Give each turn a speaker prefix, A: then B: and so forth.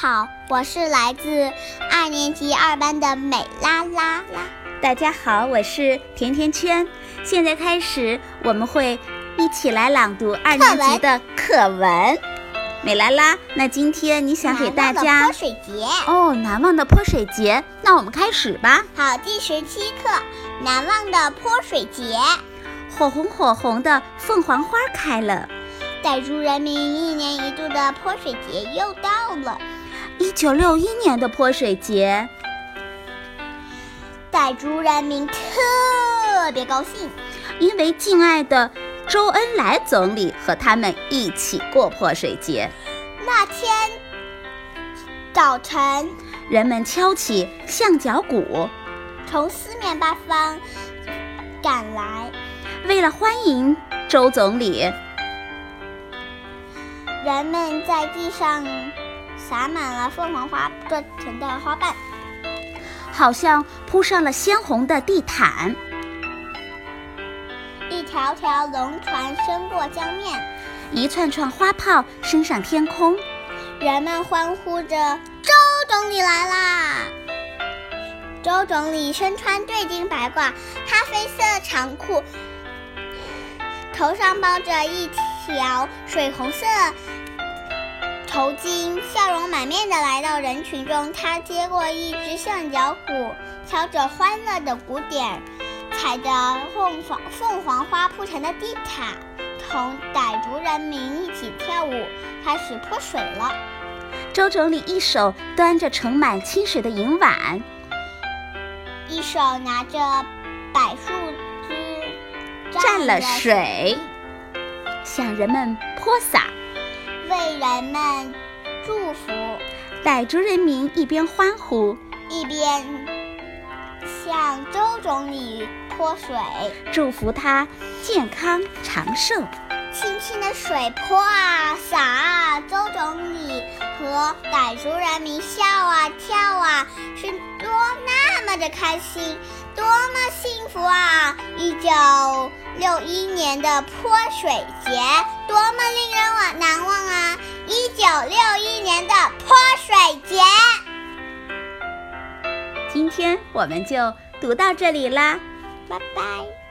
A: 好，我是来自二年级二班的美拉拉拉。
B: 大家好，我是甜甜圈。现在开始，我们会一起来朗读二年级的课文。美拉拉，那今天你想给大
A: 难忘的
B: 家
A: 泼水节。
B: 哦，难忘的泼水节，那我们开始吧。
A: 好，第十七课，难忘的泼水节。
B: 火红火红的凤凰花开了。
A: 傣族人民一年一度的泼水节又到了。
B: 一九六一年的泼水节，
A: 傣族人民特别高兴，
B: 因为敬爱的周恩来总理和他们一起过泼水节，
A: 那天早晨
B: 人们敲起象脚鼓，
A: 从四面八方赶来，
B: 为了欢迎周总理，
A: 人们在地上撒满了凤凰花做成的花瓣，
B: 好像铺上了鲜红的地毯。
A: 一条条龙船升过江面，
B: 一串串花炮升上天空，
A: 人们欢呼着：“周总理来啦！”周总理身穿对襟白褂、咖啡色长裤，头上包着一条水红色头巾，笑容满面的来到人群中。他接过一只象脚鼓，敲着欢乐的鼓点，踩着凤凰凤凰花铺成的地毯，同傣族人民一起跳舞，开始泼水了。
B: 周总理一手端着盛满清水的银碗，
A: 一手拿着柏树枝
B: 蘸了
A: 着
B: 水，向人们泼洒。
A: 为人们祝福，
B: 傣族人民一边欢呼，
A: 一边向周总理泼水。
B: 祝福他健康长寿。
A: 清清的水泼啊洒啊，周总理和傣族人民笑啊跳啊，是多那么的开心，多么幸福啊！一九六一年的泼水节多么令人忘难忘啊！一九六一年的泼水节，
B: 今天我们就读到这里啦。
A: 拜拜。